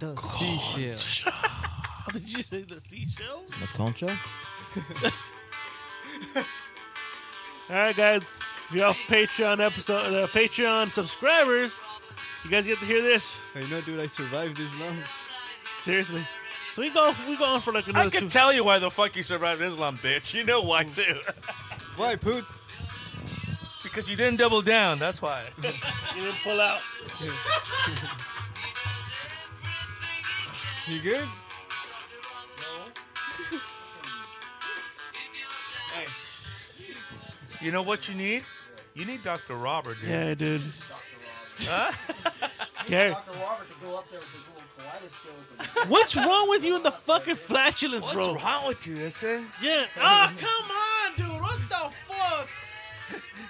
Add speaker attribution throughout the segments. Speaker 1: The seashells.
Speaker 2: Did you say the seashells?
Speaker 1: La concha?
Speaker 2: All right, guys. If you're Patreon episode, uh, Patreon subscribers, you guys get to hear this.
Speaker 3: Hey, you know, dude, I survived this long.
Speaker 2: Seriously. So we go, we go on for like
Speaker 4: I
Speaker 2: another
Speaker 4: can
Speaker 2: two.
Speaker 4: tell you why the fuck you survived Islam, bitch. You know why too.
Speaker 3: Why, Poots?
Speaker 4: because you didn't double down. That's why.
Speaker 2: You didn't pull out.
Speaker 3: You good?
Speaker 4: You know what you need? You need Dr. Robert, dude.
Speaker 2: Yeah, dude.
Speaker 4: Huh?
Speaker 2: Gary,
Speaker 5: Dr. Robert could go up there with his little kaleidoscope. And
Speaker 2: what's wrong with you and the fucking flatulence,
Speaker 4: What's
Speaker 2: bro?
Speaker 4: wrong with you, Issa?
Speaker 2: Yeah. Oh, come on, dude. What the fuck?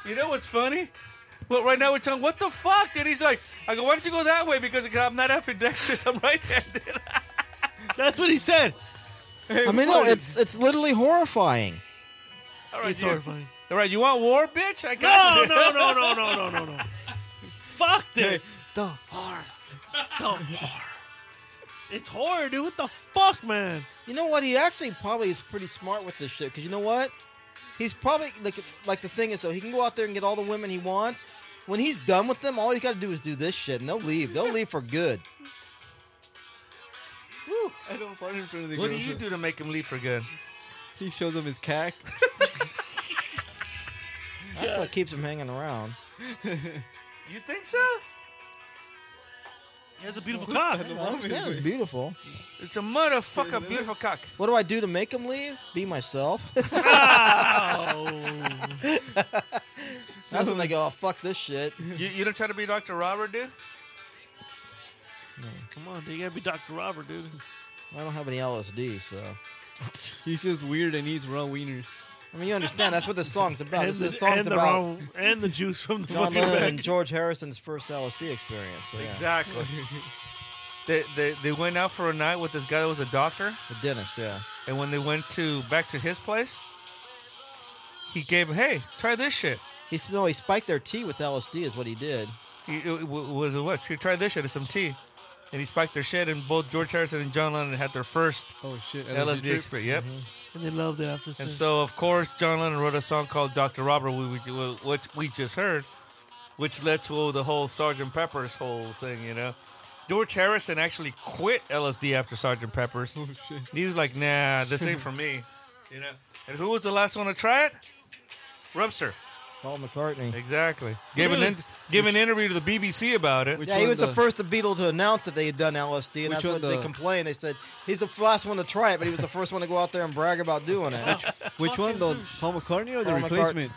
Speaker 4: You know what's funny? Well, right now we're talking, what the fuck? And he's like, I go, why don't you go that way? Because I'm not ambidextrous. I'm right-handed.
Speaker 2: That's what he said.
Speaker 1: I mean, no, it's it's literally horrifying.
Speaker 4: All right,
Speaker 2: it's
Speaker 4: you,
Speaker 2: horrifying.
Speaker 4: all right, you want war, bitch? I got
Speaker 2: No,
Speaker 4: you.
Speaker 2: no, no, no, no, no, no, no. Fuck this.
Speaker 1: The horror.
Speaker 2: The horror. It's horror, dude. What the fuck, man?
Speaker 1: You know what? He actually probably is pretty smart with this shit because you know what? He's probably like like the thing is though he can go out there and get all the women he wants. When he's done with them, all he's got to do is do this shit and they'll leave. They'll leave for good.
Speaker 3: Woo, I don't fart in front of the
Speaker 4: What do
Speaker 3: girls,
Speaker 4: you
Speaker 3: so-
Speaker 4: do to make him leave for good?
Speaker 3: He shows them his cack.
Speaker 1: That's what keeps him hanging around.
Speaker 4: You think so?
Speaker 2: He has a beautiful cock.
Speaker 1: I understand it's beautiful.
Speaker 4: It's a motherfucker beautiful cock.
Speaker 1: What do I do to make him leave? Be myself.
Speaker 2: Oh.
Speaker 1: That's when they go, oh, fuck this shit.
Speaker 4: You, you don't try to be Dr. Robert, dude?
Speaker 2: Come on, dude. You gotta be Dr. Robert, dude.
Speaker 1: I don't have any LSD, so.
Speaker 3: He's just weird and eats raw wieners.
Speaker 1: I mean, you understand. That's what this song's about.
Speaker 2: And
Speaker 1: This, this
Speaker 2: the,
Speaker 1: song's
Speaker 2: and, the
Speaker 1: about
Speaker 2: wrong, and the juice from the
Speaker 1: John
Speaker 2: fucking
Speaker 1: Lennon and
Speaker 2: bag.
Speaker 1: George Harrison's first LSD experience. So, yeah.
Speaker 4: Exactly. they, they, they went out for a night with this guy that was a doctor.
Speaker 1: The dentist, yeah.
Speaker 4: And when they went to back to his place, he gave, hey, try this shit.
Speaker 1: He, sp- no, he spiked their tea with LSD, is what he did.
Speaker 4: He, it, w- was it what? She tried this shit. It's some tea. And he spiked their shit, and both George Harrison and John Lennon had their first
Speaker 3: Oh shit!
Speaker 4: LSD
Speaker 3: trip. Mm-hmm.
Speaker 4: experience. Yep.
Speaker 2: And they loved it after
Speaker 4: And
Speaker 2: sex.
Speaker 4: so, of course, John Lennon wrote a song called "Dr. Robert," we- we- we- which we just heard, which led to the whole Sergeant Pepper's whole thing. You know, George Harrison actually quit LSD after Sergeant Pepper's.
Speaker 3: Oh shit!
Speaker 4: He was like, "Nah, this ain't for me." You know. And who was the last one to try it? Webster.
Speaker 1: Paul McCartney.
Speaker 4: Exactly. Gave an
Speaker 2: Really?
Speaker 4: in- gave an interview to the BBC about it.
Speaker 3: Which
Speaker 1: Yeah, he
Speaker 3: one
Speaker 1: was the, first Beatle to announce that they had done LSD, and
Speaker 3: Which
Speaker 1: that's
Speaker 3: one
Speaker 1: what they
Speaker 3: the-
Speaker 1: complained. They said he's the f- last one to try it, but he was the first one to go out there and brag about doing it.
Speaker 3: Which one, though? Paul McCartney or the
Speaker 1: Paul McCart-
Speaker 3: replacement?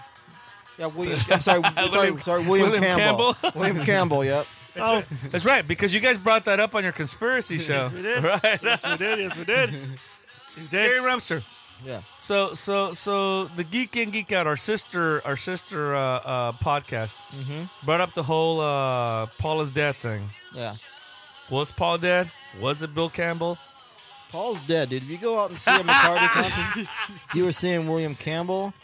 Speaker 1: yeah, William, I'm sorry, sorry,
Speaker 4: William-
Speaker 1: sorry, William,
Speaker 4: William
Speaker 1: Campbell.
Speaker 4: Campbell.
Speaker 1: William Campbell, yep.
Speaker 2: Oh,
Speaker 4: That's right, because you guys brought that up on your conspiracy show,
Speaker 2: we did.
Speaker 4: right?
Speaker 2: yes, we did. Yes, we did. We
Speaker 4: Gary
Speaker 2: did.
Speaker 4: Webster.
Speaker 1: Yeah.
Speaker 4: So so so the geek in geek out our sister our sister uh, uh, podcast brought up the whole uh, Paul is dead thing.
Speaker 1: Yeah.
Speaker 4: Was Paul dead? Was it Bill Campbell?
Speaker 1: Paul's dead, dude. If you go out and see a McCartney concert, you were seeing William Campbell,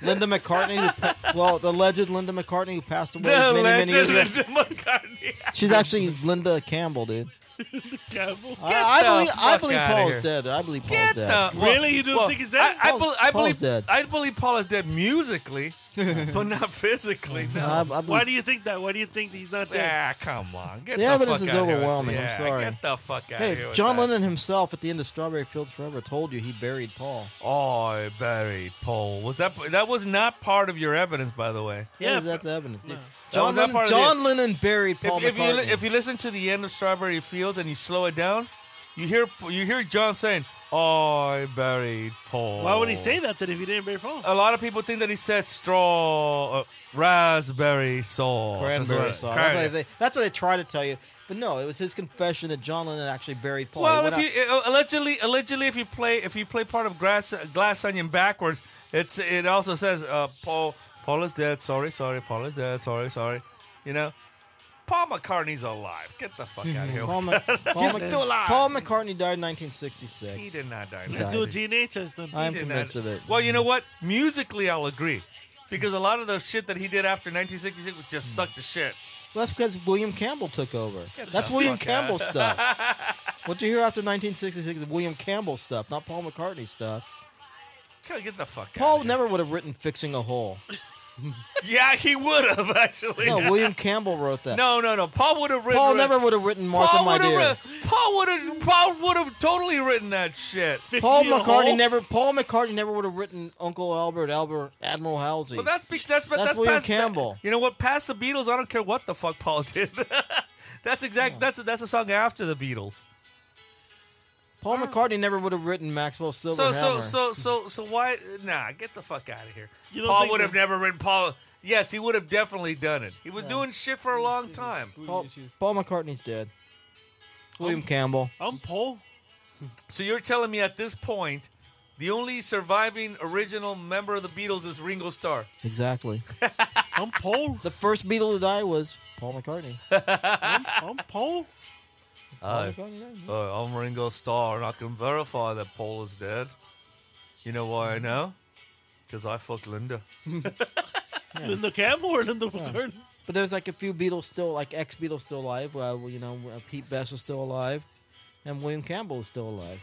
Speaker 1: Linda McCartney, who pa- well, the legend Linda McCartney who passed away many, many years ago.
Speaker 4: of McCartney.
Speaker 1: She's actually Linda Campbell, dude.
Speaker 2: Campbell.
Speaker 1: I, I
Speaker 4: the
Speaker 1: believe, I
Speaker 4: fuck
Speaker 1: believe
Speaker 4: outta
Speaker 1: Paul's
Speaker 4: here.
Speaker 1: dead. I believe Paul's
Speaker 4: Get
Speaker 1: dead.
Speaker 4: the well,
Speaker 2: Really? You don't
Speaker 4: well,
Speaker 2: think he's dead?
Speaker 4: I, I,
Speaker 1: Paul's-
Speaker 4: bel- I
Speaker 1: Paul's
Speaker 4: believe
Speaker 1: dead.
Speaker 4: I believe Paul is dead musically, but not physically. No.
Speaker 1: I, I believe
Speaker 2: Why do you think that? Why do you think he's not there?
Speaker 4: Ah, come on. Get
Speaker 1: The
Speaker 4: the
Speaker 1: evidence
Speaker 4: fuck
Speaker 1: is
Speaker 4: outta here with-
Speaker 1: overwhelming, I'm
Speaker 4: Yeah,
Speaker 1: sorry.
Speaker 4: Get the fuck out
Speaker 1: Hey,
Speaker 4: of here. with
Speaker 1: John
Speaker 4: that.
Speaker 1: Lennon himself at the end of Strawberry Fields Forever told you he buried Paul.
Speaker 4: I buried Paul. Was that that was not part of your evidence, by the way?
Speaker 1: Yeah,
Speaker 2: Yeah,
Speaker 1: that's evidence, dude.
Speaker 4: was
Speaker 1: John,
Speaker 4: not
Speaker 1: Lennon,
Speaker 4: part of
Speaker 1: John Lennon buried Paul
Speaker 4: if, if you
Speaker 1: McCartney.
Speaker 4: li- if you listen to the end of Strawberry Fields and you slow it down, you hear you hear John saying, "I buried Paul."
Speaker 2: Why would he say that then if he didn't bury Paul?
Speaker 4: A lot of people think that he said straw, uh, raspberry sauce, That's
Speaker 1: Cranberry
Speaker 4: what-
Speaker 1: sauce.
Speaker 4: cran-
Speaker 1: That's what, they, that's what they try to tell you. But no, it was his confession that John Lennon actually buried Paul. He
Speaker 4: Well,
Speaker 1: went
Speaker 4: if
Speaker 1: out-
Speaker 4: you uh, allegedly, allegedly, if you play, if you play part of Glass, Glass Onion backwards, it's it also says uh, Paul, Paul is dead. Sorry, sorry, Paul is dead. Sorry, sorry. You know, Paul McCartney's alive. Get the fuck out of here.
Speaker 1: Paul, Mc- Paul,
Speaker 4: He's
Speaker 1: Mc-
Speaker 4: still alive.
Speaker 1: Paul McCartney died in
Speaker 4: he
Speaker 1: 1966.
Speaker 4: did not die.
Speaker 2: Let's do a DNA test then.
Speaker 1: I'm
Speaker 4: did
Speaker 1: convinced
Speaker 4: not-
Speaker 1: of it.
Speaker 4: Well, you know what? Musically, I'll agree because a lot of the shit that he did after 1966 was just sucked the shit.
Speaker 1: Well, that's because William Campbell took over. That's
Speaker 4: the
Speaker 1: William
Speaker 4: fuck out.
Speaker 1: Campbell stuff. what you hear after 1966 is William Campbell stuff, not Paul McCartney stuff.
Speaker 4: Gotta Get the fuck out.
Speaker 1: Paul
Speaker 4: of
Speaker 1: never would have written "Fixing a Hole."
Speaker 4: here. Yeah, he would have actually.
Speaker 1: No,
Speaker 4: No,
Speaker 1: William Campbell wrote that.
Speaker 4: no, no, Paul would have written.
Speaker 1: Paul never would have written "Martha,
Speaker 4: Paul
Speaker 1: My
Speaker 4: would
Speaker 1: Dear."
Speaker 4: have. Paul would have. Paul would have totally written that shit.
Speaker 1: Paul
Speaker 2: Fifty in a
Speaker 1: McCartney
Speaker 2: hole?
Speaker 1: never. Paul McCartney never would have written "Uncle Albert, Albert Admiral Halsey."
Speaker 4: But that's bec- that's but
Speaker 1: That's
Speaker 4: that's
Speaker 1: William
Speaker 4: past the-
Speaker 1: Campbell.
Speaker 4: you know what? Past the Beatles, I don't care what the fuck Paul did. that's exact. That's that's a song after the Beatles.
Speaker 1: Paul McCartney never would have written Maxwell Silver
Speaker 4: So so
Speaker 1: Hammer.
Speaker 4: so so so why? Nah, get the fuck out of here.
Speaker 2: You don't
Speaker 4: Paul
Speaker 2: think
Speaker 4: would have
Speaker 2: that-
Speaker 4: never written Paul. Yes, he would have definitely done it. He was doing shit for a long time.
Speaker 1: Paul, Paul McCartney's dead.
Speaker 4: Oh.
Speaker 1: William Campbell.
Speaker 2: I'm Paul.
Speaker 4: So you're telling me at this point, the only surviving original member of the Beatles is Ringo Starr.
Speaker 1: Exactly.
Speaker 2: I'm Paul.
Speaker 1: The first Beatle to die was Paul McCartney.
Speaker 2: I'm, I'm Paul.
Speaker 1: Paul
Speaker 4: Uh,
Speaker 1: McCartney died.
Speaker 4: uh, I'm Ringo Starr, and I can verify that Paul is dead. You know why I know? Because I fucked Linda.
Speaker 2: In the Campbell or in the garden?
Speaker 1: But there's like a few Beatles still, like ex Beatles still alive. Well, you know, uh, Pete Best was still alive, and William Campbell is still alive.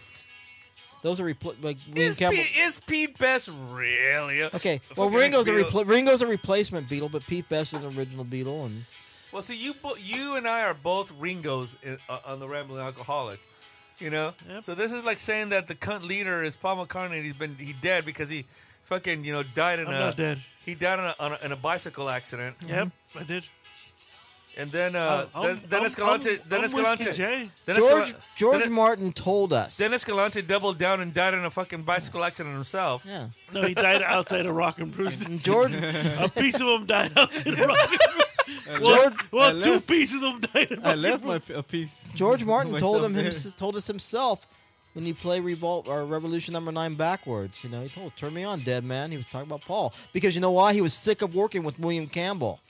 Speaker 1: Those are repl- like William
Speaker 4: Is,
Speaker 1: Campbell.
Speaker 4: Pete, is Pete Best really? a-
Speaker 1: Okay,
Speaker 4: a
Speaker 1: well
Speaker 4: fucking
Speaker 1: Ringo's a
Speaker 4: Beatle?
Speaker 1: repl- Ringo's a replacement Beatle, but Pete Best is an original Beatle, and
Speaker 4: Well, see, you bo- you and I are both Ringos in, uh, on the Rambling Alcoholics. You know,
Speaker 2: Yep.
Speaker 4: so this is like saying that the cunt leader is Paul McCartney. And he's been he dead because he fucking you know died in
Speaker 2: I'm
Speaker 4: a
Speaker 2: not dead.
Speaker 4: he died in a, on a in a bicycle accident,
Speaker 2: Yep, I did.
Speaker 4: and then uh,
Speaker 2: I'm-
Speaker 4: then, then
Speaker 2: I'm-
Speaker 4: Escalante
Speaker 2: I'm-
Speaker 4: then
Speaker 2: I'm
Speaker 4: Escalante
Speaker 2: oh, Whiskey J.
Speaker 4: then
Speaker 1: George
Speaker 4: Escalante-
Speaker 1: George
Speaker 4: then,
Speaker 1: Martin told us.
Speaker 4: then Escalante doubled down and died in a fucking bicycle accident himself.
Speaker 1: yeah,
Speaker 2: No, he died outside of Rock and Bruce.
Speaker 1: And George
Speaker 2: A piece of him died outside of Rock and Bruce. Well,
Speaker 1: George
Speaker 2: well,
Speaker 3: I
Speaker 2: two
Speaker 3: left-
Speaker 2: pieces of them died. In
Speaker 3: I
Speaker 2: Rock
Speaker 3: left
Speaker 2: and
Speaker 3: my p- a piece.
Speaker 1: George Martin told
Speaker 3: myself
Speaker 1: him
Speaker 3: there.
Speaker 1: hims told us himself when you play Revolt or Revolution Number Nine backwards. You know, he told "Turn Me On, Dead Man." He was talking about Paul because you know why he was sick of working with William Campbell.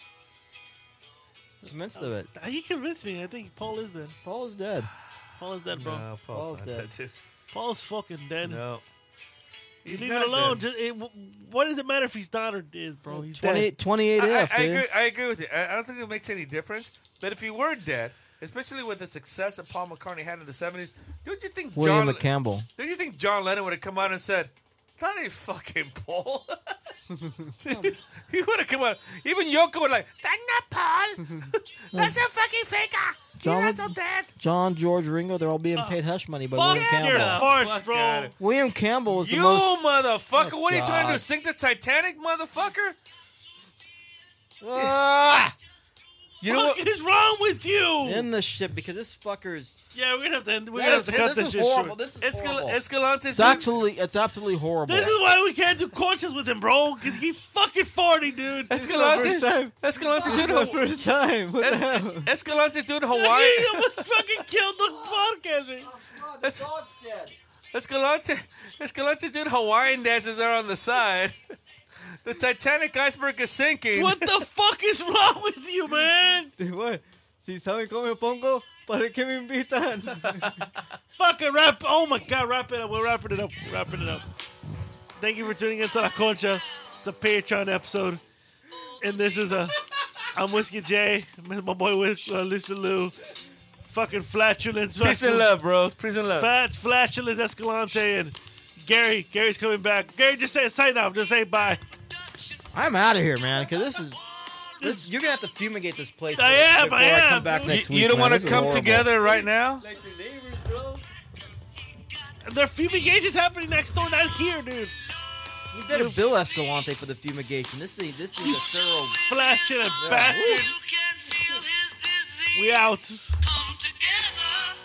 Speaker 1: Convinced of it.
Speaker 2: Bruce. He convinced me. I think Paul is dead.
Speaker 1: Paul is dead.
Speaker 2: Paul is dead, bro.
Speaker 4: No, Paul's,
Speaker 1: Paul's
Speaker 4: not
Speaker 1: dead.
Speaker 4: dead. dude.
Speaker 2: Paul's fucking dead.
Speaker 4: No, he's
Speaker 2: Leave
Speaker 4: not
Speaker 2: it alone.
Speaker 4: dead.
Speaker 2: Just, it, what does it matter if he's not or is, bro? He's dead.
Speaker 1: 28, 28
Speaker 4: I,
Speaker 1: F,
Speaker 4: I, I
Speaker 1: dude.
Speaker 4: agree, I agree with you. I, I don't think it makes any difference. But if he were dead, especially with the success that Paul McCartney had in the seventies, don't you think
Speaker 1: William
Speaker 4: John?
Speaker 1: Campbell.
Speaker 4: don't you think John Lennon would have come out and said, "That ain't fucking Paul"? he would have come out. Even Yoko would like, "That's not Paul. That's a fucking faker.
Speaker 1: John
Speaker 4: He's
Speaker 1: would-
Speaker 4: also dead."
Speaker 1: John, George, Ringo, they're all being paid hush money by William
Speaker 2: Fuck your
Speaker 1: Campbell.
Speaker 4: Uh, Yeah.
Speaker 2: farce,
Speaker 4: Oh, Fuck
Speaker 2: bro.
Speaker 4: outta-
Speaker 1: William Campbell was
Speaker 4: You
Speaker 1: the most.
Speaker 4: motherfucker!
Speaker 1: Oh,
Speaker 4: what are you trying to do?
Speaker 1: God.
Speaker 4: Sink the Titanic, motherfucker?
Speaker 1: Ah!
Speaker 4: You know
Speaker 2: what
Speaker 4: what?
Speaker 2: is wrong with you?
Speaker 1: in the shit because this fucker is.
Speaker 2: yeah, we're gonna have to end. We're
Speaker 1: That
Speaker 2: gonna have
Speaker 1: is-
Speaker 2: to cut
Speaker 1: this
Speaker 2: this
Speaker 1: is
Speaker 2: shit
Speaker 1: horrible.
Speaker 2: short.
Speaker 1: This is
Speaker 4: Escal-
Speaker 1: horrible.
Speaker 4: Escalante.
Speaker 1: It's absolutely, it's absolutely horrible.
Speaker 2: This is why we can't do conscious with him, bro. Cause he fucking farting, dude.
Speaker 4: Escalante.
Speaker 3: first time.
Speaker 4: Escalante doing
Speaker 3: The
Speaker 4: Hawaii.
Speaker 3: first time. What the hell?
Speaker 4: Escalante doing Hawaii.
Speaker 2: He almost fucking killed the podcast. man.
Speaker 4: That's- Escalante. Escalante doing Hawaiian dances there on the side. The Titanic iceberg is sinking.
Speaker 2: What the fuck is wrong with you, man?
Speaker 3: Te- what? Si saben cómo me pongo, ¿para qué me invitan?
Speaker 2: Fucking wrap. Oh my god, wrap it up. We're wrapping it up. Wrapping it up. Thank you for tuning in to La Concha. It's a Patreon episode. And this is a. I'm Whiskey J. My boy with uh, Lisa Lou. Fucking flatulence.
Speaker 4: Peace and love, bros. Peace and love.
Speaker 2: Fat flatulence Escalante and Gary. Gary's coming back. Gary, just say sign off. Just say bye.
Speaker 1: I'm out of here, man. Because this is this. You're gonna have to fumigate this place.
Speaker 2: I am,
Speaker 1: Before
Speaker 2: I am,
Speaker 1: come back
Speaker 2: dude.
Speaker 1: next
Speaker 4: you,
Speaker 1: week,
Speaker 4: you don't
Speaker 1: man.
Speaker 4: want
Speaker 1: This
Speaker 4: to
Speaker 1: is
Speaker 4: come
Speaker 1: horrible.
Speaker 4: together right now?
Speaker 3: like your neighbors, bro.
Speaker 2: The fumigation's happening next door, not here, dude.
Speaker 1: You better bill Escalante for the fumigation. This thing, this is a thorough.
Speaker 2: Flatulent bastard. We out.
Speaker 6: Come together.